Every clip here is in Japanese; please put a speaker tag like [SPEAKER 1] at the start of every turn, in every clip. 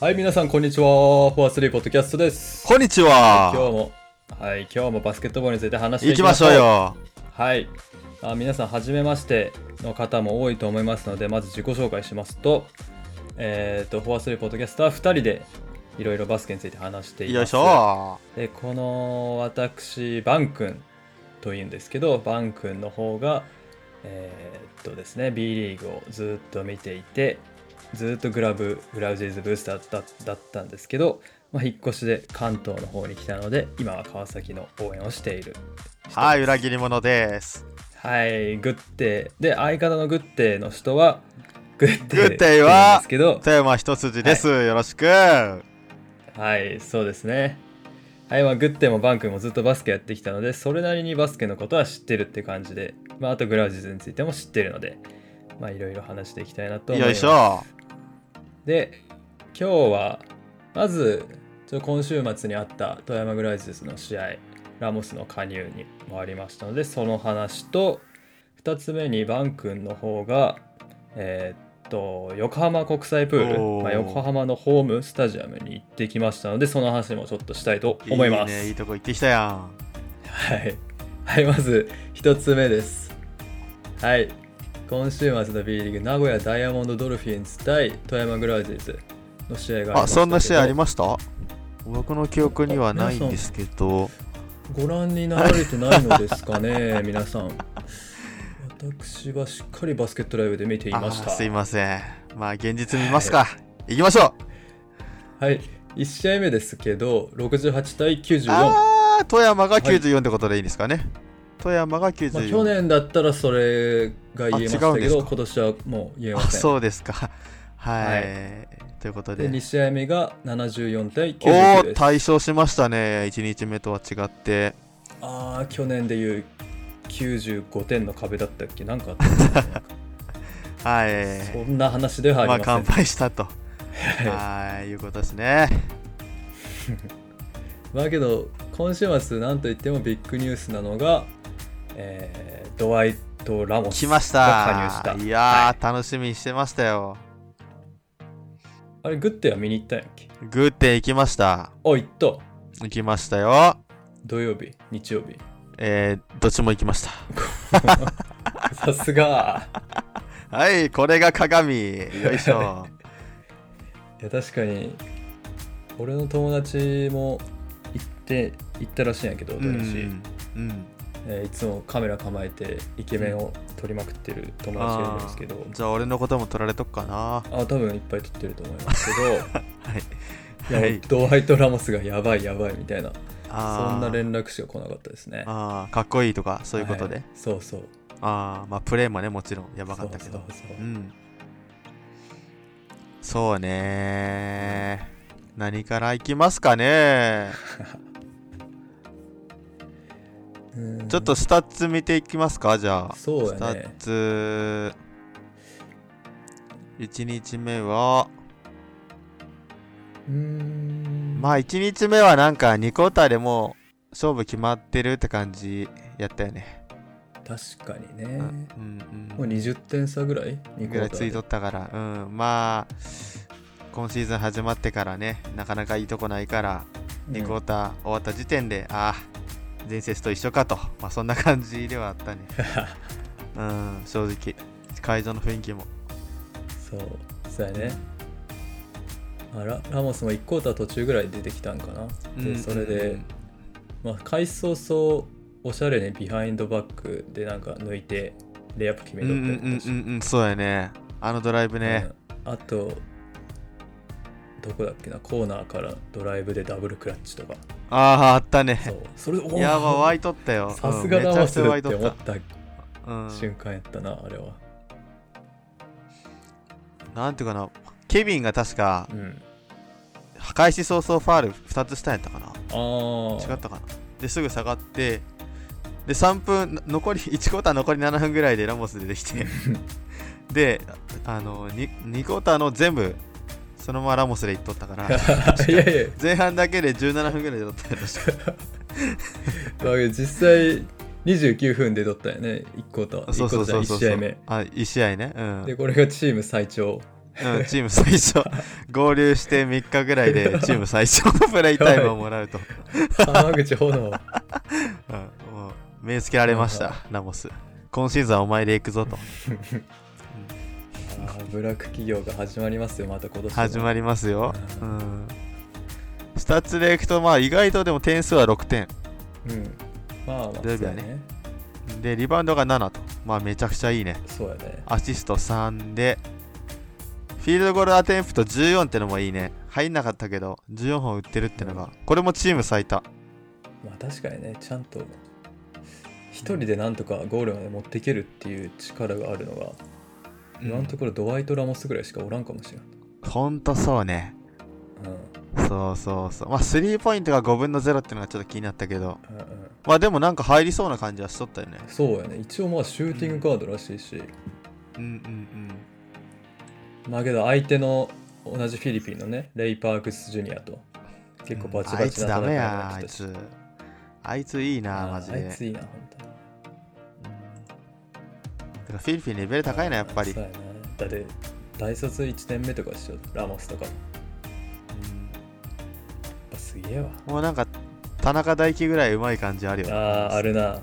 [SPEAKER 1] はい、皆さん、こんにちは。フォアスリーポッドキャストです。
[SPEAKER 2] こんにち
[SPEAKER 1] 今日
[SPEAKER 2] は。
[SPEAKER 1] も、はい、今日もバスケットボールについて話して
[SPEAKER 2] 行
[SPEAKER 1] い
[SPEAKER 2] き
[SPEAKER 1] きま
[SPEAKER 2] ま
[SPEAKER 1] し
[SPEAKER 2] し
[SPEAKER 1] ょ
[SPEAKER 2] ょ
[SPEAKER 1] う。
[SPEAKER 2] うよ。
[SPEAKER 1] はい。あ皆さん、はじめましての方も多いと思いますので、まず自己紹介しますと、えっ、と、フォアスリーポッドキャストは2人でいろいろバスケについて話してい
[SPEAKER 2] よ
[SPEAKER 1] ま
[SPEAKER 2] い
[SPEAKER 1] す。
[SPEAKER 2] しょ。
[SPEAKER 1] でこの私バン君というんですけどバン君の方がえーっとですね B リーグをずっと見ていてずっとグラブグラウジーズブースターだだったんですけど、まあ、引っ越しで関東の方に来たので今は川崎の応援をしている
[SPEAKER 2] はい、裏切り者です。
[SPEAKER 1] はいグッテーで相方のグッテーの人はグッテ
[SPEAKER 2] グ
[SPEAKER 1] ー
[SPEAKER 2] ッテーは
[SPEAKER 1] って言うんですけ
[SPEAKER 2] 富山一筋です。よろしく。
[SPEAKER 1] どはいそうですねはいまあ、グッテもバン君もずっとバスケやってきたのでそれなりにバスケのことは知ってるって感じで、まあ、あとグラウジーズについても知ってるのでまあいろいろ話していきたいなと思い
[SPEAKER 2] よ
[SPEAKER 1] ま
[SPEAKER 2] いし
[SPEAKER 1] す
[SPEAKER 2] ょ。
[SPEAKER 1] で今日はまずちょっと今週末にあった富山グラウジーズの試合ラモスの加入にもありましたのでその話と2つ目にバン君の方がえーっと横浜国際プー
[SPEAKER 2] お
[SPEAKER 1] ル、
[SPEAKER 2] ー
[SPEAKER 1] まあ、横浜のホームスタジアムに行ってきましたのでその話もちょっとしたいと思います。
[SPEAKER 2] いいね、いいとこ行ってきたやん。
[SPEAKER 1] はい、はい、まず1つ目です。はい、今週末の B リーグ、名古屋ダイヤモンドドルフィンズ対富山グラウジーズの試合がありました
[SPEAKER 2] あ、そんな試合あり
[SPEAKER 1] ま
[SPEAKER 2] ました僕の記憶にはないんですけど、
[SPEAKER 1] ご覧になられてないのですかね、 皆さん。私はしっかりバスケットライブで見てい
[SPEAKER 2] あ
[SPEAKER 1] まし
[SPEAKER 2] ー
[SPEAKER 1] た。
[SPEAKER 2] すいません。まあ、現実見ますか。行きましょう。
[SPEAKER 1] はい、1試合目ですけど、68対94。
[SPEAKER 2] あー、富山が94ってことでいいんですかね。富山が
[SPEAKER 1] まあ、
[SPEAKER 2] 94。
[SPEAKER 1] 去年だったらそれが言えました
[SPEAKER 2] あ違うん
[SPEAKER 1] け
[SPEAKER 2] です
[SPEAKER 1] ど、
[SPEAKER 2] か
[SPEAKER 1] 今年はもう言えま
[SPEAKER 2] あ、
[SPEAKER 1] せん。
[SPEAKER 2] そうですか。はい。ということ
[SPEAKER 1] で、
[SPEAKER 2] で
[SPEAKER 1] 2試合目が74対
[SPEAKER 2] お
[SPEAKER 1] 99
[SPEAKER 2] ー
[SPEAKER 1] です。
[SPEAKER 2] 対象しましたね1日目とは違って
[SPEAKER 1] ああ去年でいう95点の壁だったっけなんかあったんですか
[SPEAKER 2] はい
[SPEAKER 1] そんな話では
[SPEAKER 2] ま
[SPEAKER 1] あ
[SPEAKER 2] あ
[SPEAKER 1] りま
[SPEAKER 2] 乾
[SPEAKER 1] せん、
[SPEAKER 2] 杯し たとはいいうことですね
[SPEAKER 1] だけど今週末なんといってもビッグニュースなのが、えードワイト・ラモス
[SPEAKER 2] 来まし
[SPEAKER 1] が加入したた
[SPEAKER 2] い
[SPEAKER 1] は
[SPEAKER 2] や
[SPEAKER 1] い
[SPEAKER 2] ー楽しみにしてましたよ
[SPEAKER 1] あれグッテは見に行ったんやっけ
[SPEAKER 2] グーテン行きました
[SPEAKER 1] お行った
[SPEAKER 2] 行きましたよ
[SPEAKER 1] 土曜日日曜 日
[SPEAKER 2] えー、どっちも行きました
[SPEAKER 1] さすが
[SPEAKER 2] はいこれが鏡よい しょ
[SPEAKER 1] いや確かに俺の友達も行って行ったらしいんやけど土
[SPEAKER 2] う
[SPEAKER 1] 日、
[SPEAKER 2] ん、うん、
[SPEAKER 1] えーいつもカメラ構えてイケメンを撮りまくってる友達がいるんですけど、
[SPEAKER 2] じゃあ俺のことも取られとくかな
[SPEAKER 1] あ多分いっぱい撮ってると思いますけど いや、
[SPEAKER 2] はい
[SPEAKER 1] ドワイト・ラモスがやばいやばいみたいな
[SPEAKER 2] あー
[SPEAKER 1] そんな連絡しか来なかったですね
[SPEAKER 2] あーかっこいいとかそういうことで、
[SPEAKER 1] はそうそう
[SPEAKER 2] ああまあプレーもねもちろんやばかったけど
[SPEAKER 1] そうそうそううん
[SPEAKER 2] そうね何からいきますかね
[SPEAKER 1] うーん
[SPEAKER 2] ちょっとスタッツ見ていきますかじゃあ
[SPEAKER 1] そう
[SPEAKER 2] スタ
[SPEAKER 1] や
[SPEAKER 2] ッ
[SPEAKER 1] ね
[SPEAKER 2] ツ1日目は
[SPEAKER 1] うーん
[SPEAKER 2] まあ1日目はなんか2クォーターでもう勝負決まってるって感じやったよね、
[SPEAKER 1] 確かに
[SPEAKER 2] う
[SPEAKER 1] ね
[SPEAKER 2] んうん
[SPEAKER 1] もう20点差ぐらい2
[SPEAKER 2] ぐらいついとったから、うん、まあ、今シーズン始まってからね、なかなかいいとこないから、2クォーター終わった時点で、ああ、前節と一緒かと、まあ、そんな感じでは あったね。うん、正直、会場の雰囲気も。
[SPEAKER 1] そうそうやねあらラモスも1クォーター途中ぐらい出てきたんかなでそれで、まあ、開始早々おしゃれねビハインドバックでなんか抜いてレイアップ決
[SPEAKER 2] う
[SPEAKER 1] め
[SPEAKER 2] んうん
[SPEAKER 1] と
[SPEAKER 2] う
[SPEAKER 1] っ
[SPEAKER 2] ん
[SPEAKER 1] たりと
[SPEAKER 2] う
[SPEAKER 1] か
[SPEAKER 2] ん
[SPEAKER 1] し
[SPEAKER 2] うんうん、そうやね。あのドライブね、
[SPEAKER 1] うんあとどこだっけなコーナーからドライブでダブルクラッチとか
[SPEAKER 2] ああ、あったね。
[SPEAKER 1] そうそれでおー
[SPEAKER 2] いやば、湧いとったよ。
[SPEAKER 1] さすが
[SPEAKER 2] うん
[SPEAKER 1] だ
[SPEAKER 2] めちゃ
[SPEAKER 1] わ
[SPEAKER 2] く
[SPEAKER 1] す
[SPEAKER 2] ちゃ
[SPEAKER 1] る
[SPEAKER 2] 湧
[SPEAKER 1] っ
[SPEAKER 2] い
[SPEAKER 1] て
[SPEAKER 2] と
[SPEAKER 1] 思っ
[SPEAKER 2] ったた。うん
[SPEAKER 1] 瞬間やったなあれは
[SPEAKER 2] なんていうかな、ケビンが確か
[SPEAKER 1] う、ん
[SPEAKER 2] 開始早々ファール2つしたんやったかな。
[SPEAKER 1] あー
[SPEAKER 2] 違ったかなですぐ下がってで3分な残り1クォーター 残り7分ぐらいでラモス出てきてであの 2, 2クォーターの全部そのままラモスでいっとったか
[SPEAKER 1] い
[SPEAKER 2] ら
[SPEAKER 1] やいや
[SPEAKER 2] 前半だけで17分ぐらいで取ったよ確か
[SPEAKER 1] だけど実際29分で取ったよね1個と1個と1試合目
[SPEAKER 2] あ1試合ねうん
[SPEAKER 1] でこれがチーム最長
[SPEAKER 2] うん、チーム最 初合流して3日ぐらいでチーム最初のプレイタイムをも らうと、
[SPEAKER 1] 浜口炎。
[SPEAKER 2] うん、もう目つけられましたラモス今シーズンはお前で行くぞと
[SPEAKER 1] あーブラック企業が始まりますよ、また今年も。
[SPEAKER 2] 始まりますよ、
[SPEAKER 1] う
[SPEAKER 2] うん、スタッツでいくとまあ意外とでも点数は6点
[SPEAKER 1] うん。まあ、まあ、
[SPEAKER 2] 土曜日はね
[SPEAKER 1] そうやね。
[SPEAKER 2] でリバウンドが7とまあめちゃくちゃいいね
[SPEAKER 1] そうやね。
[SPEAKER 2] アシスト3でフィールドゴールアテンプト14ってのもいいね入んなかったけど14本打ってるってのがこれもチーム最多
[SPEAKER 1] まあ確かにね、ちゃんと一人でなんとかゴールまで持っていけるっていう力があるのが、今のところドワイト・ラモスぐらいしかおらんかもしれん。
[SPEAKER 2] ほんとそうね
[SPEAKER 1] うん。
[SPEAKER 2] そうそうそうまあスリーポイントが5分の0ってのがちょっと気になったけど
[SPEAKER 1] うんうん、
[SPEAKER 2] まあでもなんか入りそうな感じはしとったよね
[SPEAKER 1] そうやね。一応まあシューティングガードらしいし、
[SPEAKER 2] うんうん
[SPEAKER 1] まあけど相手の同じフィリピンのね、レイ・パークス・ジュニアと結構バチ
[SPEAKER 2] あ
[SPEAKER 1] バ
[SPEAKER 2] い
[SPEAKER 1] チ
[SPEAKER 2] つ
[SPEAKER 1] な
[SPEAKER 2] ダメ
[SPEAKER 1] に
[SPEAKER 2] や
[SPEAKER 1] なっ
[SPEAKER 2] あ
[SPEAKER 1] て
[SPEAKER 2] い
[SPEAKER 1] たし
[SPEAKER 2] つあいついいなマジで
[SPEAKER 1] あいついいな、本当に。
[SPEAKER 2] てかフィリピンレベル高いなやっぱり
[SPEAKER 1] そうやなだって大卒1年目とかでしょラモスとかやっぱすげえわ
[SPEAKER 2] うんもうなんか田中大輝ぐらいうまい感じあるよ
[SPEAKER 1] あーあるな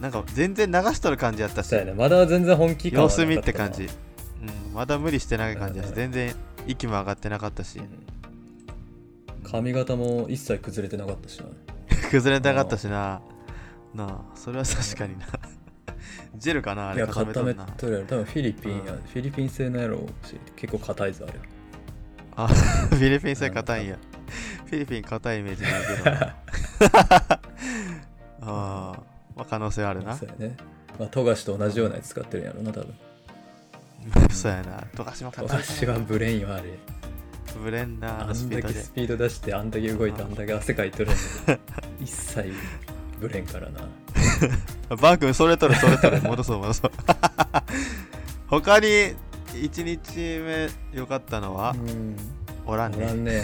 [SPEAKER 2] なんか全然流しとる感じやったし
[SPEAKER 1] そうやねまだ全然本気感は
[SPEAKER 2] 様
[SPEAKER 1] なか
[SPEAKER 2] 子
[SPEAKER 1] たな
[SPEAKER 2] 見って感じ、うん、まだ無理してない感じだし
[SPEAKER 1] うん
[SPEAKER 2] 全然息も上がってなかったし
[SPEAKER 1] うん髪型も一切崩れてなかったしな
[SPEAKER 2] 崩れなかったしななあそれは確かになジェルかなあ
[SPEAKER 1] い
[SPEAKER 2] れ
[SPEAKER 1] や
[SPEAKER 2] 固めと
[SPEAKER 1] 固
[SPEAKER 2] ん
[SPEAKER 1] め
[SPEAKER 2] な
[SPEAKER 1] とるやろ多分フィリピンや、
[SPEAKER 2] うん
[SPEAKER 1] フィリピン製のやろうし結構硬いぞあれ
[SPEAKER 2] あ フィリピン製硬いんやフィリピン硬いイメージないけ どああまあ可能性あるな
[SPEAKER 1] そうやねまあ富樫と同じようなやつ使ってるんやろな多分
[SPEAKER 2] そうやな富樫も
[SPEAKER 1] 富
[SPEAKER 2] 硬い
[SPEAKER 1] 樫はブレインはあれ
[SPEAKER 2] ブレンダー
[SPEAKER 1] あ
[SPEAKER 2] のス
[SPEAKER 1] ん
[SPEAKER 2] ピー
[SPEAKER 1] だ
[SPEAKER 2] ド
[SPEAKER 1] け
[SPEAKER 2] で
[SPEAKER 1] スピード出してあんだけ動いてあんだけ汗かいとるのに 一切ブレんからな
[SPEAKER 2] バー君それとるそれとる戻そう戻そう 他に1日目良かったのは
[SPEAKER 1] うん
[SPEAKER 2] おらん
[SPEAKER 1] おら
[SPEAKER 2] ね
[SPEAKER 1] んね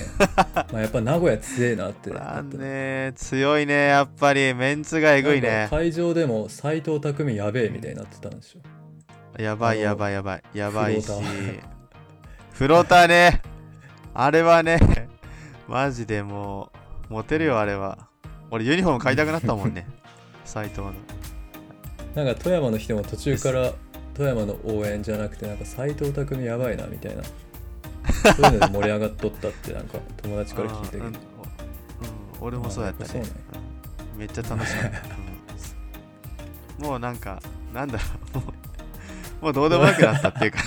[SPEAKER 1] まあやっぱ名古屋強えなって
[SPEAKER 2] おらん
[SPEAKER 1] なっ
[SPEAKER 2] ね強いねやっぱりメンツが
[SPEAKER 1] た
[SPEAKER 2] えぐいね
[SPEAKER 1] 会場でも斎藤匠やべえみたいになってたんでしょ
[SPEAKER 2] やばい
[SPEAKER 1] あの
[SPEAKER 2] やばいやばいやばいし
[SPEAKER 1] フローター
[SPEAKER 2] フローターねあれはねマジでもうモテるよあれは俺ユニフォーム買いたくなったもんね 斎藤の
[SPEAKER 1] なんか富山の人も途中から富山の応援じゃなくてなんか斎藤匠やばいなみ たいなそういうので盛り上がっとったってなんか友達から聞いたけ
[SPEAKER 2] うん
[SPEAKER 1] ど
[SPEAKER 2] うん俺もそうやったね
[SPEAKER 1] あやっぱそ
[SPEAKER 2] うんめっちゃ楽しかったうんもうなんかなんだろうもう もうどうでもよくなったっ ていうか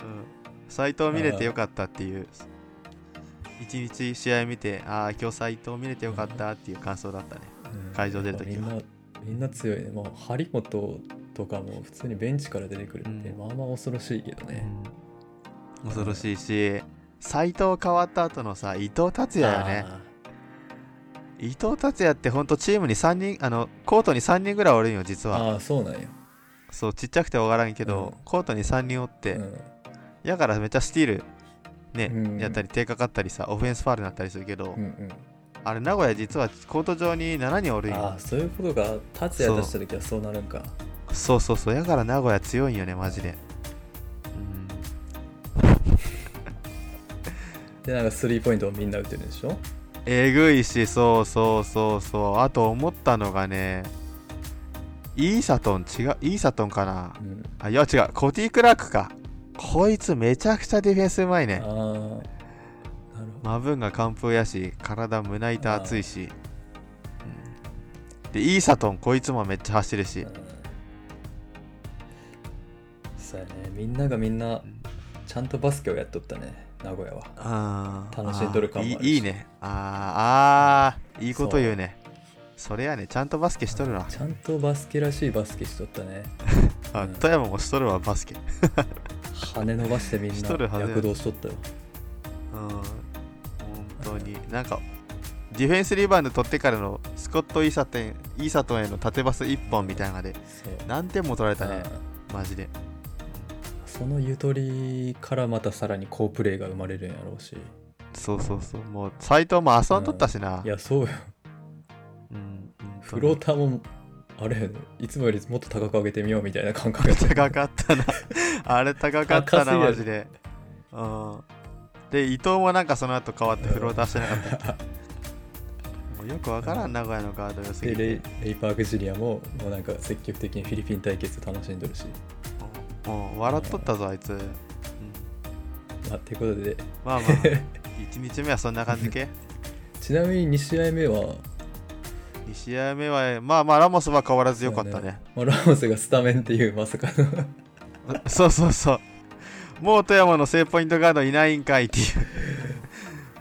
[SPEAKER 2] うん斎藤見れてよかったっていう一日試合見てああ今日斎藤見れてよかったっていう感想だったね
[SPEAKER 1] うん
[SPEAKER 2] 会場出る時は
[SPEAKER 1] やっぱみんなみんな強いねもう張本とかも普通にベンチから出てくるって、
[SPEAKER 2] うん
[SPEAKER 1] まあまあ恐ろしいけどね、
[SPEAKER 2] うん恐ろしいし斎藤変わった後のさ伊藤達也よね
[SPEAKER 1] あ
[SPEAKER 2] 伊藤達也ってほんとチームに3人あのコートに3人ぐらいおるんよ実
[SPEAKER 1] ー
[SPEAKER 2] は
[SPEAKER 1] あーそうなんや、
[SPEAKER 2] そうちっちゃくてわからんけど、
[SPEAKER 1] うん
[SPEAKER 2] コートに3人おって、
[SPEAKER 1] うん
[SPEAKER 2] やからめっちゃスティールね、
[SPEAKER 1] うん
[SPEAKER 2] やったり手かかったりさオフェンスファールになったりするけど、
[SPEAKER 1] うんうん、
[SPEAKER 2] あれ名古屋実はコート上に7人おるん
[SPEAKER 1] あ
[SPEAKER 2] よ
[SPEAKER 1] あそういうことが達也出した時はそうなるんか
[SPEAKER 2] そうそうそうやから名古屋強いんよねマジでうん
[SPEAKER 1] でなんかスリーポイントをみんな打ってるでしょ
[SPEAKER 2] えぐいしそうそうそうそうあと思ったのがねイーサトン違うイーサトンかな
[SPEAKER 1] うん
[SPEAKER 2] あいや違うコティ・クラークかこいつめちゃくちゃディフェンスうまい
[SPEAKER 1] ああ
[SPEAKER 2] ね
[SPEAKER 1] なるほど
[SPEAKER 2] マブンが完封やし体胸板熱いし、うんでイーサトンこいつもめっちゃ走るし、
[SPEAKER 1] うんそうやねみんながみんなちゃんとバスケをやっとったね名古屋は
[SPEAKER 2] あー
[SPEAKER 1] 楽しんどる感もあるし
[SPEAKER 2] いいいいねあーあーいいこと言うねそれやねちゃんとバスケしとるわ、
[SPEAKER 1] ちゃんとバスケらしいバスケしとったね
[SPEAKER 2] あ富山もしとるわバスケ、
[SPEAKER 1] 羽伸ばしてみん
[SPEAKER 2] し
[SPEAKER 1] な
[SPEAKER 2] とるはずや
[SPEAKER 1] 躍動しとったよ
[SPEAKER 2] うん本当になんかディフェンスリバウンド取ってからのスコット・イーサトンイーサトンへの縦バス1本みたいなので
[SPEAKER 1] そう
[SPEAKER 2] 何点も取られたね
[SPEAKER 1] うん
[SPEAKER 2] マジで
[SPEAKER 1] そのゆとりからまたさらに好プレーが生まれるんやろうし
[SPEAKER 2] そうそうそうもう斎藤も遊んどったしな、
[SPEAKER 1] いやそうよ
[SPEAKER 2] うん、
[SPEAKER 1] フローターもあれいつもよりもっと高く上げてみようみたいな感覚だった
[SPEAKER 2] 高かったなあれ高かった
[SPEAKER 1] 高す
[SPEAKER 2] な
[SPEAKER 1] ぎる
[SPEAKER 2] マジで、うん、で伊藤もなんかその後変わってフローターしてなかったっけもうよくわからん名古屋のガード良すぎ
[SPEAKER 1] で
[SPEAKER 2] て
[SPEAKER 1] レイレイパークジュニアももうなんか積極的にフィリピン対決楽しんどるし、
[SPEAKER 2] もう笑っとったぞあいつ、うん、
[SPEAKER 1] まあ、ということで
[SPEAKER 2] まあまあ1日目はそんな感じけ
[SPEAKER 1] ちなみに2試合目は、
[SPEAKER 2] 2試合目はまあまあラモスは変わらず良かったね
[SPEAKER 1] まあ、ラモスがスタメンっていうまさかの
[SPEAKER 2] そうそうそう。もう富山の正ポイントガードいないんかいっていう。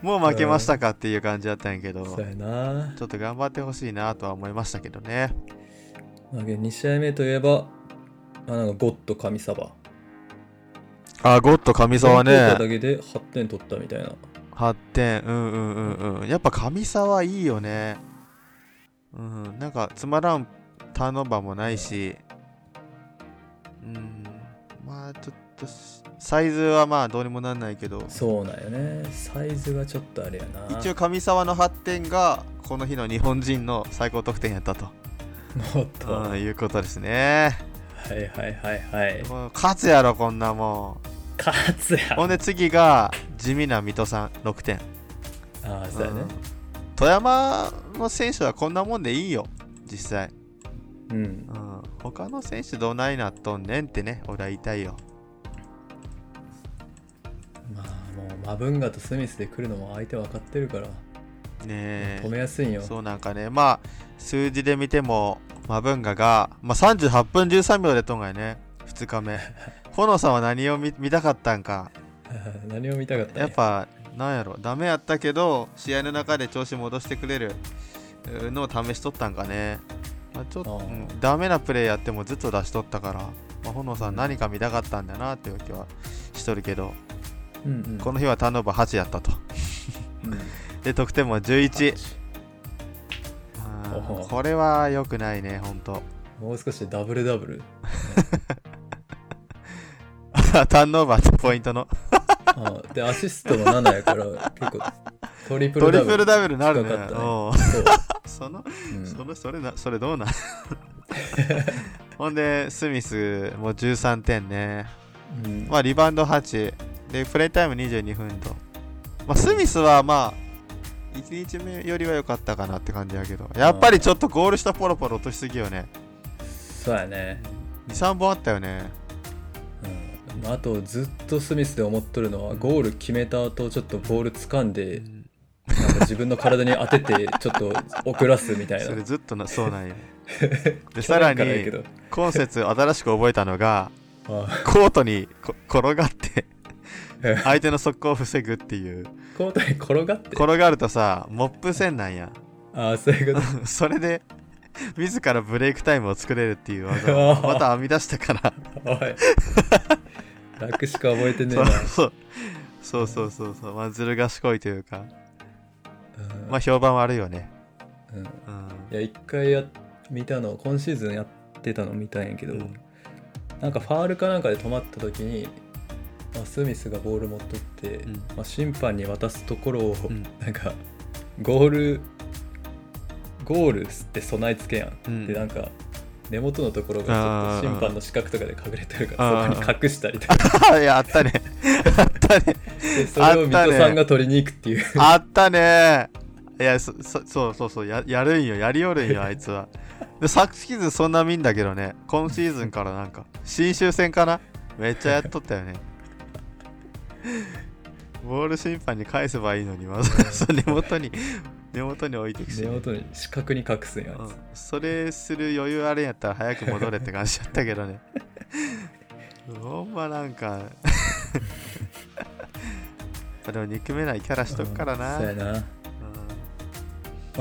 [SPEAKER 2] もう負けましたかっていう感じだったんやけど、
[SPEAKER 1] そう
[SPEAKER 2] ち
[SPEAKER 1] やな、
[SPEAKER 2] ょっと頑張ってほしいなとは思いましたけどね。
[SPEAKER 1] まあ、2試合目といえば、まあ、なんかゴッド神様
[SPEAKER 2] あ、ゴッド神沢
[SPEAKER 1] この効果だ
[SPEAKER 2] ね。
[SPEAKER 1] けで8点取ったみたいな
[SPEAKER 2] 8点。うんうんうんうん。やっぱ神沢いいよね。うん。なんかつまらんターンオーバーもないし。うん。まあちょっとし、サイズはまあどうにもなんないけど。
[SPEAKER 1] そうなんよねサイズがちょっとあれやな
[SPEAKER 2] 一応上沢の発展がこの日の日本人の最高得点やったと、
[SPEAKER 1] もっと
[SPEAKER 2] う
[SPEAKER 1] は
[SPEAKER 2] ん、いうことです ね
[SPEAKER 1] いはいはいはい
[SPEAKER 2] もう勝つやろこんなも
[SPEAKER 1] 勝つ
[SPEAKER 2] ん
[SPEAKER 1] や
[SPEAKER 2] ほんで次が地味な水戸さん6点、
[SPEAKER 1] ああそうやね
[SPEAKER 2] うん富山の選手はこんなもんでいいよ実際、
[SPEAKER 1] うん
[SPEAKER 2] うん、他の選手どないなっとんねんってね俺は言いたいよ
[SPEAKER 1] まあもうマブンガとスミスで来るのも相手分かってるから、
[SPEAKER 2] ね
[SPEAKER 1] 止めやすいん
[SPEAKER 2] え
[SPEAKER 1] よ
[SPEAKER 2] そうなんかねまあ数字で見てもマブンガが、まあ、38分13秒でとんがいね2 日目炎さんは何を見見たかったんか
[SPEAKER 1] 何を見たかったん
[SPEAKER 2] やっぱなんやろダメやったけど試合の中で調子戻してくれるうのを試しとったんかね、まあ、ちょっ
[SPEAKER 1] あ
[SPEAKER 2] と
[SPEAKER 1] ー
[SPEAKER 2] うんダメなプレーやってもずっと出しとったから、まあ、炎さ
[SPEAKER 1] うん
[SPEAKER 2] ん何か見たかったんだなっていう気はしとるけど、
[SPEAKER 1] うんうん
[SPEAKER 2] この日はターンオーバー8やったと
[SPEAKER 1] うん
[SPEAKER 2] で得点も11
[SPEAKER 1] お
[SPEAKER 2] あー
[SPEAKER 1] ほ
[SPEAKER 2] これは良くないねほん と
[SPEAKER 1] もう少しでダブルダブル
[SPEAKER 2] ターンオーバーとポイントの
[SPEAKER 1] ああでアシストも7やから結構トリプ
[SPEAKER 2] ト
[SPEAKER 1] ル
[SPEAKER 2] リ
[SPEAKER 1] ダブ
[SPEAKER 2] プ
[SPEAKER 1] ル
[SPEAKER 2] ルダブルなるね
[SPEAKER 1] 近かったね
[SPEAKER 2] おう
[SPEAKER 1] そう
[SPEAKER 2] その
[SPEAKER 1] うん
[SPEAKER 2] それそれなそれどうなん ほんでスミスも13点ね、
[SPEAKER 1] うん
[SPEAKER 2] まあ、リバウンド8でプレイタイム22分と、まあ、スミスはまあ1日目よりは良かったかなって感じやけどやっぱりちょっとゴール下ポロポロ落としすぎよね
[SPEAKER 1] そうやね
[SPEAKER 2] 23本あったよね
[SPEAKER 1] うんまああとずっとスミスで思っとるのはゴール決めた後ちょっとボール掴んでなんか自分の体に当てて ちょっと遅らすみたいな
[SPEAKER 2] それずっとなそうなん よ
[SPEAKER 1] 去
[SPEAKER 2] でさら
[SPEAKER 1] 年からやけ
[SPEAKER 2] に
[SPEAKER 1] ど
[SPEAKER 2] 今節新しく覚えたのが
[SPEAKER 1] あ
[SPEAKER 2] コートにこ転がって
[SPEAKER 1] うん
[SPEAKER 2] 相手の速攻を防ぐっていう
[SPEAKER 1] コートに転がって
[SPEAKER 2] 転がるとさモップ戦なんや
[SPEAKER 1] ああそういうこと
[SPEAKER 2] それで自らブレイクタイムを作れるっていう技をまた編み出したから
[SPEAKER 1] おい楽しか覚えてねえ
[SPEAKER 2] そ
[SPEAKER 1] な
[SPEAKER 2] うそうそうそうそうそう、まあ、ずる賢いというか
[SPEAKER 1] うん
[SPEAKER 2] まあ評判悪いよね、
[SPEAKER 1] うんい
[SPEAKER 2] うん
[SPEAKER 1] や一回や見たの今シーズンやってたの見たんやけど、
[SPEAKER 2] うん
[SPEAKER 1] なんかファールかなんかで止まった時に、まあ、スミスがボール持っとって、
[SPEAKER 2] うん
[SPEAKER 1] まあ、審判に渡すところを、
[SPEAKER 2] うん
[SPEAKER 1] なんかゴールゴールって備え付けやん、
[SPEAKER 2] うん
[SPEAKER 1] でなんか根元のところがちょっと審判の視覚とかで隠れてるから
[SPEAKER 2] あー
[SPEAKER 1] そこに隠したりとか
[SPEAKER 2] いやあったねあったね
[SPEAKER 1] でそれを水戸さんが取りに行くって いう
[SPEAKER 2] あったねいやそそそうそうそうややるんよやりよるん よあいつはで昨シーズンそんな見んだけどね今シーズンからなんか新州戦かなめっちゃやっとったよ ねボール審判に返せばいいのにわざわざ根元に根元に置いていくし、
[SPEAKER 1] 根元に視覚に隠すんや
[SPEAKER 2] うん
[SPEAKER 1] つ、
[SPEAKER 2] それする余裕あるんやったら早く戻れって感じだったけどねほんまなんか でも憎めないキャラしとくからな、
[SPEAKER 1] そうやな
[SPEAKER 2] うん
[SPEAKER 1] ま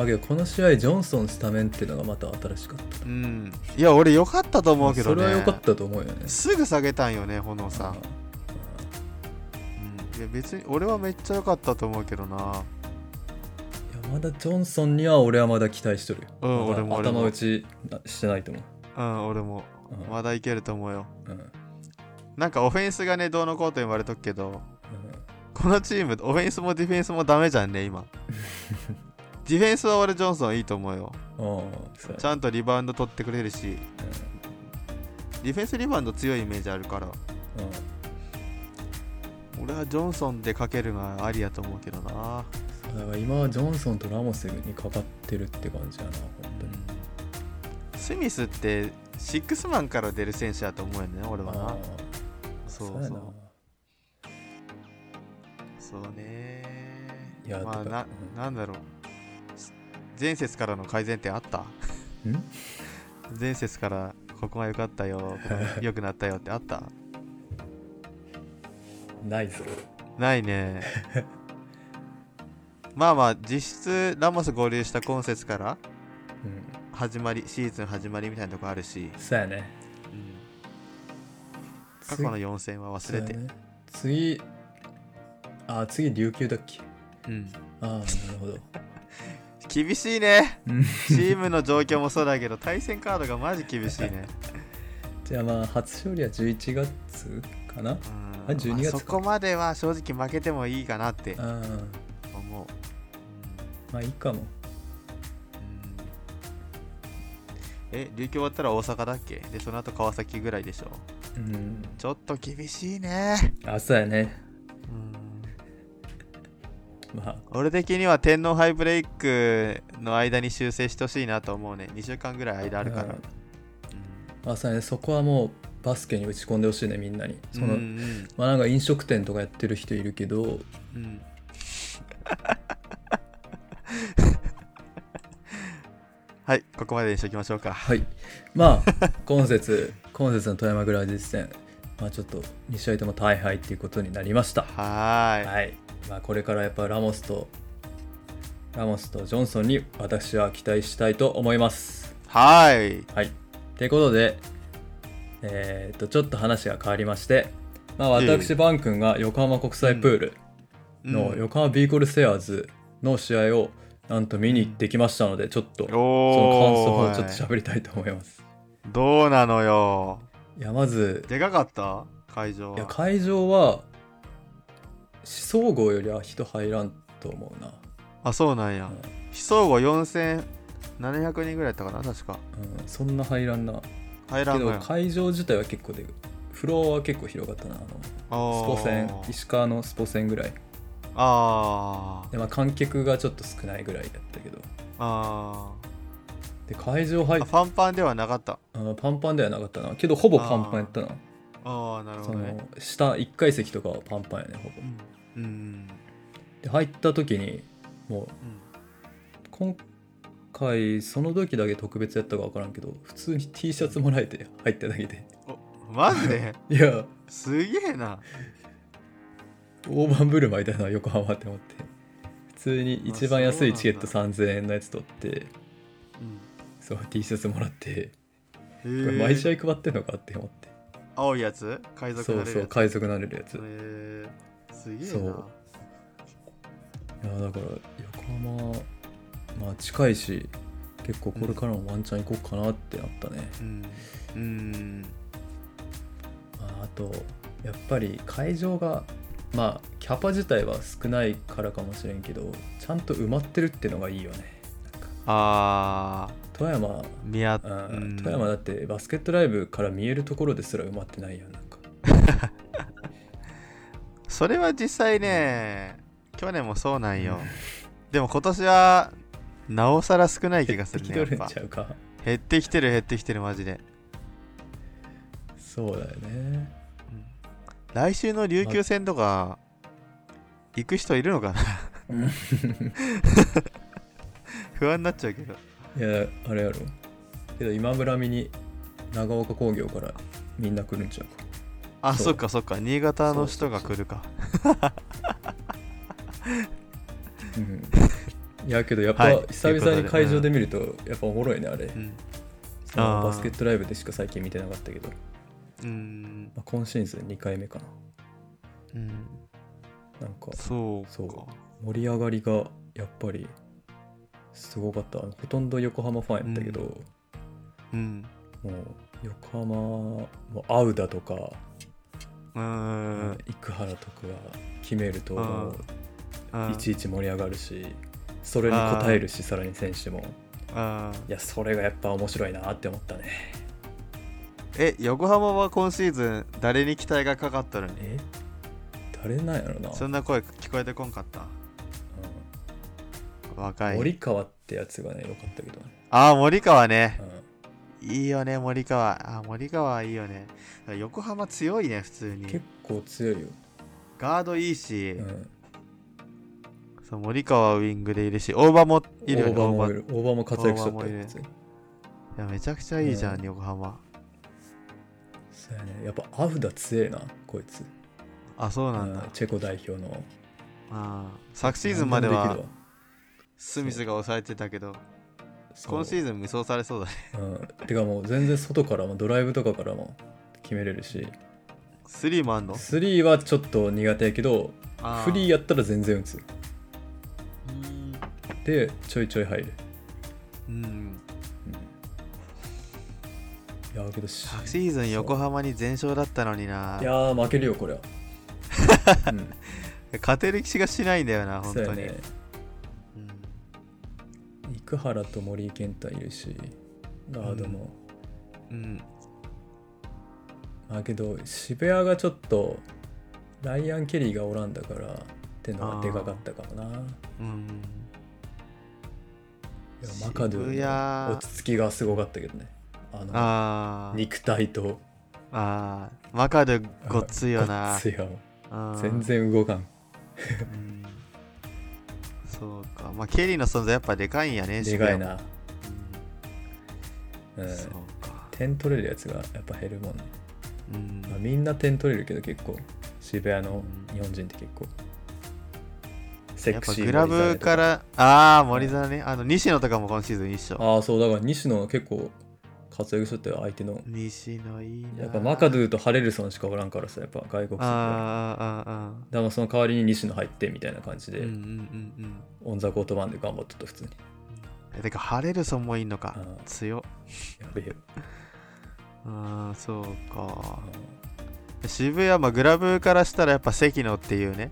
[SPEAKER 1] あけどこの試合ジョンソンスタメンっていうのがまた新しかった
[SPEAKER 2] うん、いや俺良かったと思うけど
[SPEAKER 1] そ
[SPEAKER 2] ね
[SPEAKER 1] れは良かったと思うよね
[SPEAKER 2] すぐ下げたんよね炎さん、
[SPEAKER 1] う
[SPEAKER 2] うん、いや別に俺はめっちゃ良かったと思うけどなん
[SPEAKER 1] いやまだジョンソンには俺はまだ期待しとるよ、
[SPEAKER 2] うん
[SPEAKER 1] まだ
[SPEAKER 2] 俺も俺も
[SPEAKER 1] 頭打ちしてないと思う
[SPEAKER 2] うん俺も
[SPEAKER 1] うん
[SPEAKER 2] まだいけると思うよ
[SPEAKER 1] うんうん
[SPEAKER 2] なんかオフェンスがねどうのこうと言われとく けどこのチームオフェンスもディフェンスもダメじゃんね今ディフェンスは俺ジョンソンいいと思うよ
[SPEAKER 1] うんそう
[SPEAKER 2] ちゃんとリバウンド取ってくれるしディフェンスリバウンド強いイメージあるから
[SPEAKER 1] うんうん
[SPEAKER 2] 俺はジョンソンでかけるのはありやと思うけどな
[SPEAKER 1] だから今はジョンソンとラモスにかかってるって感じやな本当に
[SPEAKER 2] スミスってシックスマンから出る選手やと思うよね俺は
[SPEAKER 1] あ
[SPEAKER 2] な
[SPEAKER 1] あ
[SPEAKER 2] そう
[SPEAKER 1] や
[SPEAKER 2] そ
[SPEAKER 1] な
[SPEAKER 2] うそうね
[SPEAKER 1] いや
[SPEAKER 2] まあ
[SPEAKER 1] てか
[SPEAKER 2] ななんだろう前節からの改善点あった
[SPEAKER 1] うん
[SPEAKER 2] 前節からここが良かっ たよ良くなったよってあった
[SPEAKER 1] ないぞ
[SPEAKER 2] ないねまあまあ実質ラモス合流した今節から
[SPEAKER 1] うん
[SPEAKER 2] 始まりシーズン始まりみたいなとこあるし、
[SPEAKER 1] そうやね
[SPEAKER 2] 過去の4戦は忘れて、
[SPEAKER 1] そうやね次あ次琉球だっけ
[SPEAKER 2] うん
[SPEAKER 1] ああなるほど
[SPEAKER 2] 厳しいね
[SPEAKER 1] うん
[SPEAKER 2] チームの状況もそうだけど対戦カードがマジ厳しいね、
[SPEAKER 1] じゃあまあ初勝利は11月かな
[SPEAKER 2] うん
[SPEAKER 1] あ12月か
[SPEAKER 2] まあそこまでは正直負けてもいいかなって
[SPEAKER 1] ああ
[SPEAKER 2] 思う、
[SPEAKER 1] まあいいかも
[SPEAKER 2] うんえ琉球終わったら大阪だっけでその後川崎ぐらいでしょ
[SPEAKER 1] うん
[SPEAKER 2] ちょっと厳しいね、
[SPEAKER 1] あそうやね
[SPEAKER 2] うん
[SPEAKER 1] まあ
[SPEAKER 2] 俺的には天皇杯ブレイクの間に修正してほしいなと思うね2週間ぐらい間あるから、
[SPEAKER 1] うん
[SPEAKER 2] う
[SPEAKER 1] まあそうやねそこはもうバスケに打ち込んでほしいねみんなにそ
[SPEAKER 2] ん
[SPEAKER 1] の、
[SPEAKER 2] うん
[SPEAKER 1] まあなんか飲食店とかやってる人いるけど
[SPEAKER 2] うん はいここまでにしておきましょうか
[SPEAKER 1] はいまあ 今節今節の富山グラウジス戦まあちょっと2試合とも大敗っていうことになりました
[SPEAKER 2] はーい
[SPEAKER 1] はい、まあ、これからやっぱラモスとラモスとジョンソンに私は期待したいと思います。
[SPEAKER 2] はーい
[SPEAKER 1] はい、ということで、えーっとちょっと話が変わりまして、まあ、
[SPEAKER 2] ええ
[SPEAKER 1] 私、バン君が横浜国際プールの
[SPEAKER 2] うん
[SPEAKER 1] 横浜ビーコルセアーズの試合をなんと見に行ってきましたので、ちょっとその
[SPEAKER 2] お
[SPEAKER 1] 感想をちょっと
[SPEAKER 2] ー
[SPEAKER 1] 喋りたいと思います。
[SPEAKER 2] どうなのよ
[SPEAKER 1] いや、まず、
[SPEAKER 2] でかかった会場はい
[SPEAKER 1] や会場は、総合よりは人入らんと思うな。
[SPEAKER 2] あそうなんや
[SPEAKER 1] うん
[SPEAKER 2] 非総合4700人ぐらいだったかな確か
[SPEAKER 1] うん、そんな入らんな。
[SPEAKER 2] 入ら
[SPEAKER 1] け
[SPEAKER 2] んの
[SPEAKER 1] ど
[SPEAKER 2] や
[SPEAKER 1] 会場自体は結構でフロアは結構広がったなあのス
[SPEAKER 2] あー
[SPEAKER 1] ポ戦石川のスポ戦ぐらい
[SPEAKER 2] あー
[SPEAKER 1] で、まあ、観客がちょっと少ないぐらいだったけど
[SPEAKER 2] あ
[SPEAKER 1] で会場入っ
[SPEAKER 2] ーあファンパンではなかった
[SPEAKER 1] あのパンパンではなかったなけどほぼパンパンやったな
[SPEAKER 2] ああなるほ
[SPEAKER 1] そ
[SPEAKER 2] ど
[SPEAKER 1] の
[SPEAKER 2] ね
[SPEAKER 1] 下1階席とかはパンパンやねほぼ
[SPEAKER 2] うんうん
[SPEAKER 1] で入った時にもう
[SPEAKER 2] うん
[SPEAKER 1] 今回その時だけ特別やったか分からんけど普通に T シャツもらえて入っただけで
[SPEAKER 2] おマ ジで
[SPEAKER 1] いや
[SPEAKER 2] すげえな
[SPEAKER 1] 大盤振る舞いだな横浜って思って普通に一番安いチケット
[SPEAKER 2] あそ
[SPEAKER 1] 3000円のやつ取って
[SPEAKER 2] うん
[SPEAKER 1] そう T シャツもらって
[SPEAKER 2] へ
[SPEAKER 1] こ
[SPEAKER 2] ー
[SPEAKER 1] れ毎試合配ってんのかって思って、
[SPEAKER 2] 青いやつ海賊
[SPEAKER 1] そ
[SPEAKER 2] にな
[SPEAKER 1] う
[SPEAKER 2] れ
[SPEAKER 1] そ
[SPEAKER 2] る
[SPEAKER 1] う
[SPEAKER 2] やつ
[SPEAKER 1] 海賊なれるやつ、
[SPEAKER 2] へーすげえ
[SPEAKER 1] そ
[SPEAKER 2] な
[SPEAKER 1] ういやだから横浜まあ近いし結構これからもワンチャン行こうかなってなったね、
[SPEAKER 2] うんうん
[SPEAKER 1] まあ、あとやっぱり会場がまあキャパ自体は少ないからかもしれんけどちゃんと埋まってるってのがいいよねなんか
[SPEAKER 2] ああ
[SPEAKER 1] 富山
[SPEAKER 2] 宮
[SPEAKER 1] あー
[SPEAKER 2] うん
[SPEAKER 1] 富山だってバスケットライブから見えるところですら埋まってないやんなんか
[SPEAKER 2] それは実際ね去年もそうなんよでも今年はなおさら少ない気がするね
[SPEAKER 1] 減
[SPEAKER 2] や
[SPEAKER 1] っ きと
[SPEAKER 2] ってぱ
[SPEAKER 1] るんちゃうか
[SPEAKER 2] 減ってきてる減ってきてるマジで
[SPEAKER 1] そうだよね
[SPEAKER 2] 来週の琉球戦とか行く人いるのかな 不安になっちゃうけど
[SPEAKER 1] いやあれやろけど今村見に長岡工業からみんな来るんちゃうか
[SPEAKER 2] あ
[SPEAKER 1] そう
[SPEAKER 2] そっかそっか新潟の人が来るか
[SPEAKER 1] うん いやけどやっぱ
[SPEAKER 2] はい
[SPEAKER 1] 久々に会場で見るとやっぱおもろいねあれ
[SPEAKER 2] うん
[SPEAKER 1] その
[SPEAKER 2] あー
[SPEAKER 1] バスケットライブでしか最近見てなかったけど、ま
[SPEAKER 2] うん
[SPEAKER 1] あ、今シーズン2回目か
[SPEAKER 2] うん
[SPEAKER 1] ななんか
[SPEAKER 2] そうか
[SPEAKER 1] そう盛り上がりがやっぱりすごかったほとんど横浜ファンやったけど、
[SPEAKER 2] うん
[SPEAKER 1] もう横浜もうアウダとか、
[SPEAKER 2] うーん
[SPEAKER 1] 生原とかが決めると
[SPEAKER 2] うん
[SPEAKER 1] もういちいち盛り上がるし、それに応えるし、さらに選手も。
[SPEAKER 2] うん
[SPEAKER 1] いや、それがやっぱ面白いなって思ったね。
[SPEAKER 2] え横浜は今シーズン誰に期待がかかっとるに
[SPEAKER 1] え誰なんやろな。
[SPEAKER 2] そんな声聞こえてこんかった
[SPEAKER 1] う
[SPEAKER 2] 若
[SPEAKER 1] ん、
[SPEAKER 2] い
[SPEAKER 1] 森川ってやつがね、よかったけどね。
[SPEAKER 2] ああ森川ね
[SPEAKER 1] うん
[SPEAKER 2] いいよね森川あー森川いいよね横浜強いね普通に
[SPEAKER 1] 結構強いよ。
[SPEAKER 2] ガードいいし、
[SPEAKER 1] うん、
[SPEAKER 2] そう森川はウィングでいるし大場もいるよ
[SPEAKER 1] 大
[SPEAKER 2] ね
[SPEAKER 1] 場
[SPEAKER 2] 大
[SPEAKER 1] も
[SPEAKER 2] 場
[SPEAKER 1] い
[SPEAKER 2] い
[SPEAKER 1] る。大場も活躍しちゃっ
[SPEAKER 2] 大場も
[SPEAKER 1] た
[SPEAKER 2] いる
[SPEAKER 1] よ。普通に
[SPEAKER 2] やめちゃくちゃいいじゃん、
[SPEAKER 1] う
[SPEAKER 2] 横浜
[SPEAKER 1] そうやね。やっぱアフダ強えな、こいつ。
[SPEAKER 2] あそうなんだ、
[SPEAKER 1] うんチェコ代表の。
[SPEAKER 2] あー昨シーズンまで
[SPEAKER 1] 何
[SPEAKER 2] は
[SPEAKER 1] もきるわ
[SPEAKER 2] スミスが抑えてたけど
[SPEAKER 1] そう
[SPEAKER 2] 今シーズン無双されそうだね
[SPEAKER 1] うん、てかもう全然外からもドライブとかからも決めれるし
[SPEAKER 2] スリーもあんの
[SPEAKER 1] スリーはちょっと苦手やけどフリー
[SPEAKER 2] や
[SPEAKER 1] やったら全然打つでちょいちょい入る、
[SPEAKER 2] うん
[SPEAKER 1] うんいやーけどし
[SPEAKER 2] 昨シーズン横浜に全勝だったのにない
[SPEAKER 1] やー負けるよ これは、うん、
[SPEAKER 2] 勝てる気がしないんだよな本
[SPEAKER 1] そう
[SPEAKER 2] 当
[SPEAKER 1] や
[SPEAKER 2] に、
[SPEAKER 1] ね
[SPEAKER 2] うん
[SPEAKER 1] 生原と森井健太いるしガードも、
[SPEAKER 2] うん
[SPEAKER 1] まあけど渋谷がちょっとライアン・ケリーがおらんだからってのはでかかったかもない
[SPEAKER 2] うん
[SPEAKER 1] やマカド
[SPEAKER 2] 渋
[SPEAKER 1] ゥ
[SPEAKER 2] 谷
[SPEAKER 1] の落ち着きがすごかったけどねあの
[SPEAKER 2] あー
[SPEAKER 1] 肉体と
[SPEAKER 2] あーマカドゥごっついよ
[SPEAKER 1] ご
[SPEAKER 2] な
[SPEAKER 1] っついよ
[SPEAKER 2] うん
[SPEAKER 1] 全然動かん
[SPEAKER 2] うんそうかまあケリーの存在やっぱでかいんやね
[SPEAKER 1] でかい
[SPEAKER 2] 渋谷も
[SPEAKER 1] な、う
[SPEAKER 2] うん
[SPEAKER 1] ん、
[SPEAKER 2] そうか
[SPEAKER 1] 点取れるやつがやっぱ減るもんね、
[SPEAKER 2] うん
[SPEAKER 1] まあ、みんな点取れるけど結構渋谷の日本人って結構セ
[SPEAKER 2] やっ
[SPEAKER 1] ク
[SPEAKER 2] ぱ
[SPEAKER 1] シー
[SPEAKER 2] グラブかららああ森沢ねあの西野とかも今シーズン一緒
[SPEAKER 1] ああそうだから西野結構活躍しとったよ相手の
[SPEAKER 2] 西野いいな
[SPEAKER 1] やっぱマカド
[SPEAKER 2] ゥ
[SPEAKER 1] ゥとハレルソンしかおらんからさやっぱ外国人だ
[SPEAKER 2] あーあーあ
[SPEAKER 1] からその代わりに西野入ってみたいな感じで、
[SPEAKER 2] ーうんうんうんうん
[SPEAKER 1] オンザコートバンで頑張っとった普通に
[SPEAKER 2] えてかハレルソンもいいのか
[SPEAKER 1] あー
[SPEAKER 2] 強っ
[SPEAKER 1] やべえよ、
[SPEAKER 2] ああそうか
[SPEAKER 1] うん
[SPEAKER 2] 渋谷まあグラブからしたらやっぱ関野っていうね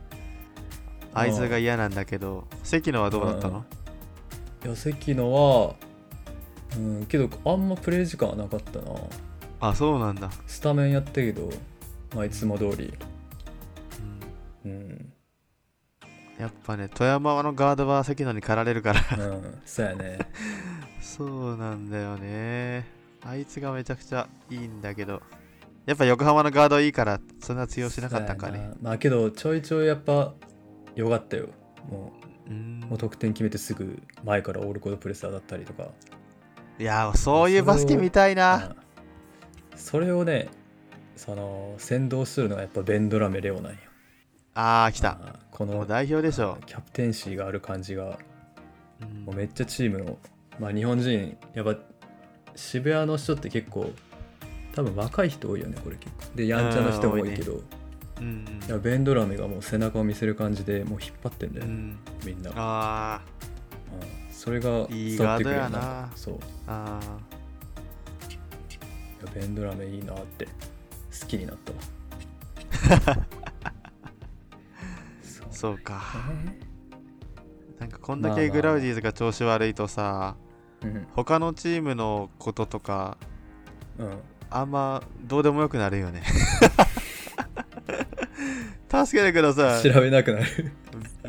[SPEAKER 2] 会津が嫌なんだけど関野はどうだったの
[SPEAKER 1] いや関野はうんけどあんまプレイ時間はなかったな
[SPEAKER 2] あそうなんだ、
[SPEAKER 1] スタメンやったけどまあいつも通り
[SPEAKER 2] うん
[SPEAKER 1] うん
[SPEAKER 2] やっぱね富山のガードは関野に駆られるから
[SPEAKER 1] うんそうやね
[SPEAKER 2] そうなんだよねあいつがめちゃくちゃいいんだけどやっぱ横浜のガードいいからそんな 通用しなかったんか
[SPEAKER 1] そうや
[SPEAKER 2] ね
[SPEAKER 1] なまあけどちょいちょいやっぱよかったよも
[SPEAKER 2] うん
[SPEAKER 1] うもう得点決めてすぐ前からオールコードプレス当たったりとか
[SPEAKER 2] いやーそういうバスケ見たいな
[SPEAKER 1] うんそれをねその先導するのがやっぱベンドラメレオなんよ
[SPEAKER 2] あー来た
[SPEAKER 1] あーこ
[SPEAKER 2] も
[SPEAKER 1] の
[SPEAKER 2] う代表でしょ、
[SPEAKER 1] キャプテンシーがある感じが
[SPEAKER 2] うん
[SPEAKER 1] もうめっちゃチームの、まあ、日本人やっぱ渋谷の人って結構多分若い人多いよねこれ結構でやんちゃな人も多いけど、
[SPEAKER 2] うんうん
[SPEAKER 1] いやベンドラメがもう背中を見せる感じでもう引っ張ってんだ
[SPEAKER 2] う
[SPEAKER 1] よね、
[SPEAKER 2] ん
[SPEAKER 1] みんな、うん
[SPEAKER 2] あ
[SPEAKER 1] それが
[SPEAKER 2] いい
[SPEAKER 1] 伝わってくるよ
[SPEAKER 2] ガードやな
[SPEAKER 1] そうい
[SPEAKER 2] ーあー
[SPEAKER 1] やベンドラメいいなって好きになったわそう
[SPEAKER 2] そうかなんかこん
[SPEAKER 1] ま
[SPEAKER 2] だ
[SPEAKER 1] あまあ
[SPEAKER 2] けグラウディーズが調子悪いとさ
[SPEAKER 1] うん
[SPEAKER 2] 他のチームのこととか
[SPEAKER 1] うん
[SPEAKER 2] あんまどうでもよくなるよ ね助けてください
[SPEAKER 1] 調べなくなる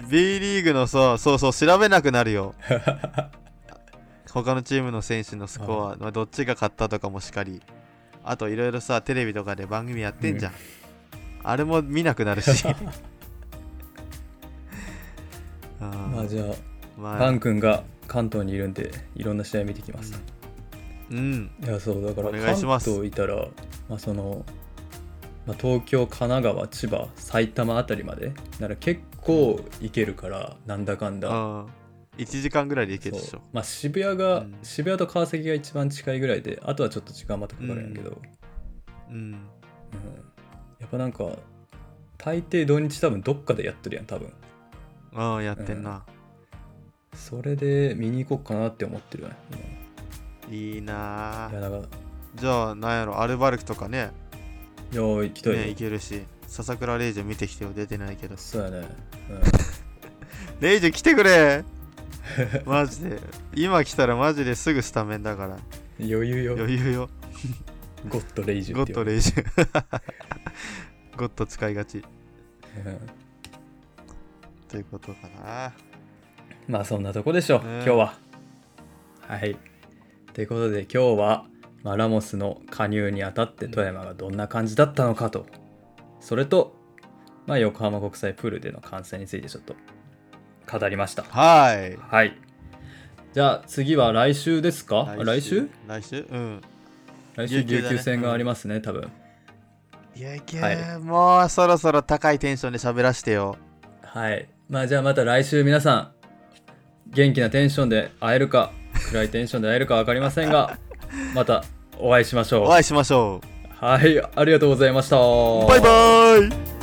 [SPEAKER 2] B リーグのさそうそう調べなくなる よ他のチームの選手のスコア、まあ、どっちが勝ったとかもしっかりあといろいろさテレビとかで番組やってんじゃん、あれも見なくな るし あー
[SPEAKER 1] まあじゃあ
[SPEAKER 2] ま
[SPEAKER 1] バン君が関東にいるんでいろんな試合見てきます、
[SPEAKER 2] うん
[SPEAKER 1] いやそうだから
[SPEAKER 2] お願い
[SPEAKER 1] 関
[SPEAKER 2] します
[SPEAKER 1] 東いたらまあその、まあ、東京神奈川千葉埼玉あたりまでなら結構いけるからなんだかんだ、
[SPEAKER 2] あ1時間ぐらいで行けるでし
[SPEAKER 1] そう
[SPEAKER 2] ょ
[SPEAKER 1] まあ、渋谷が、
[SPEAKER 2] うん
[SPEAKER 1] 渋谷と川崎が一番近いぐらいであとはちょっと時間またかかるんやけど、
[SPEAKER 2] うん
[SPEAKER 1] うんやっぱなんか大抵土日多分どっかでやってるやん多分
[SPEAKER 2] ああやってんな、
[SPEAKER 1] それで見に行こうかなって思ってるよね
[SPEAKER 2] いいなあ
[SPEAKER 1] いやなんか
[SPEAKER 2] じゃあなんやろアルバルクとかね
[SPEAKER 1] いや行きたいよ、
[SPEAKER 2] ね行けるし笹倉レイジュ見てきてよ出てないけど
[SPEAKER 1] そうやね、うん
[SPEAKER 2] レイジュ来てくれマジで今来たらマジですぐスタメンだから
[SPEAKER 1] 余裕よ。
[SPEAKER 2] 余裕よ
[SPEAKER 1] ゴッドレイジュ
[SPEAKER 2] ゴ
[SPEAKER 1] って
[SPEAKER 2] ッ
[SPEAKER 1] 呼ば
[SPEAKER 2] ド
[SPEAKER 1] れる。
[SPEAKER 2] 練習 ゴッド使いが ち
[SPEAKER 1] うん
[SPEAKER 2] ということかな
[SPEAKER 1] まあそんなとこでしょう、
[SPEAKER 2] うん
[SPEAKER 1] 今日は。はい。ということで今日は、まあ、ラモスの加入にあたって富山がどんな感じだったのかと、それと、まあ、横浜国際プールでの観戦についてちょっと語りました。
[SPEAKER 2] はい
[SPEAKER 1] はい。じゃあ次は来週ですか来週
[SPEAKER 2] 来週うん
[SPEAKER 1] 来週
[SPEAKER 2] 琉球
[SPEAKER 1] 琉
[SPEAKER 2] だね
[SPEAKER 1] 球戦がありますね、多分。
[SPEAKER 2] いやいや、
[SPEAKER 1] は
[SPEAKER 2] もうそろそろ高いテンションで喋らしてよ
[SPEAKER 1] はい。まあじゃあまた来週皆さん、元気なテンションで会えるか、暗いテンションで会えるか分かりませんが、またお会いしましょう。
[SPEAKER 2] お会いしましょ
[SPEAKER 1] はい、ありがとうございました。
[SPEAKER 2] うバイバーイ